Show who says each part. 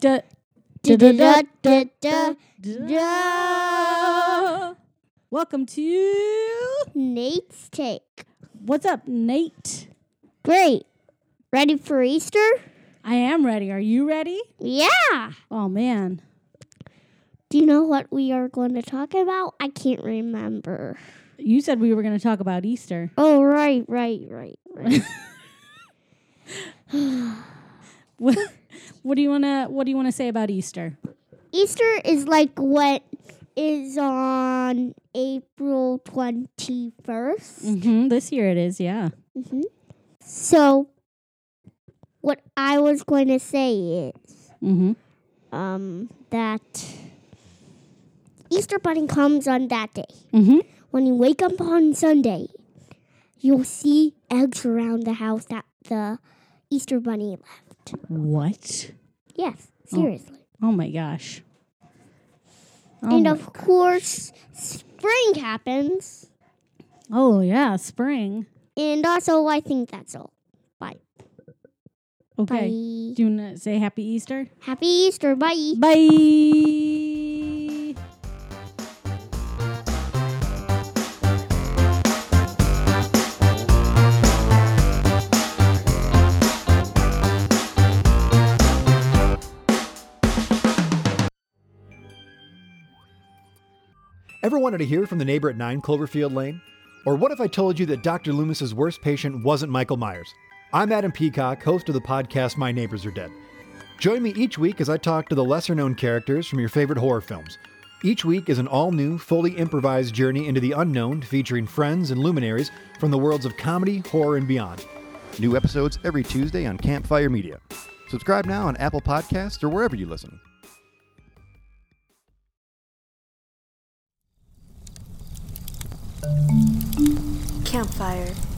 Speaker 1: da, da, da, da, da, da, da. Welcome to
Speaker 2: Nate's take.
Speaker 1: What's Up, Nate.
Speaker 2: Great. Ready for Easter?
Speaker 1: I am ready. Are you ready?
Speaker 2: Yeah.
Speaker 1: Oh man.
Speaker 2: Do you know what we are going to talk about? I can't remember.
Speaker 1: You said we were going to talk about Easter.
Speaker 2: Oh, right, right, right, right.
Speaker 1: What, what do you want to what do you want to say about Easter?
Speaker 2: Easter is like what is on April 21st.
Speaker 1: Mhm. This year it is, yeah.
Speaker 2: hmm So, what I was going to say is
Speaker 1: Mhm.
Speaker 2: um, that Easter Bunny comes on that day.
Speaker 1: Mhm.
Speaker 2: When you wake up on Sunday, you'll see eggs around the house that the Easter Bunny left.
Speaker 1: What?
Speaker 2: Yes, seriously.
Speaker 1: Oh my gosh. Oh,
Speaker 2: and
Speaker 1: my-
Speaker 2: of course, spring happens.
Speaker 1: oh yeah, spring.
Speaker 2: And also, I think that's all. Bye.
Speaker 1: Okay.
Speaker 2: Bye.
Speaker 1: Do you want to say happy Easter?
Speaker 2: Happy Easter. Bye.
Speaker 1: Bye.
Speaker 3: Ever wanted to hear from the neighbor at 9 Cloverfield Lane? Or what if I told you that Dr. Loomis's worst patient wasn't Michael Myers? I'm Adam Peacock, host of the podcast My Neighbors Are Dead. Join me each week as I talk to the lesser known characters from your favorite horror films. Each week is an all new, fully improvised journey into the unknown featuring friends and luminaries from the worlds of comedy, horror, and beyond. New episodes every Tuesday on Campfire Media. Subscribe now on Apple Podcasts or wherever you listen.
Speaker 4: Campfire.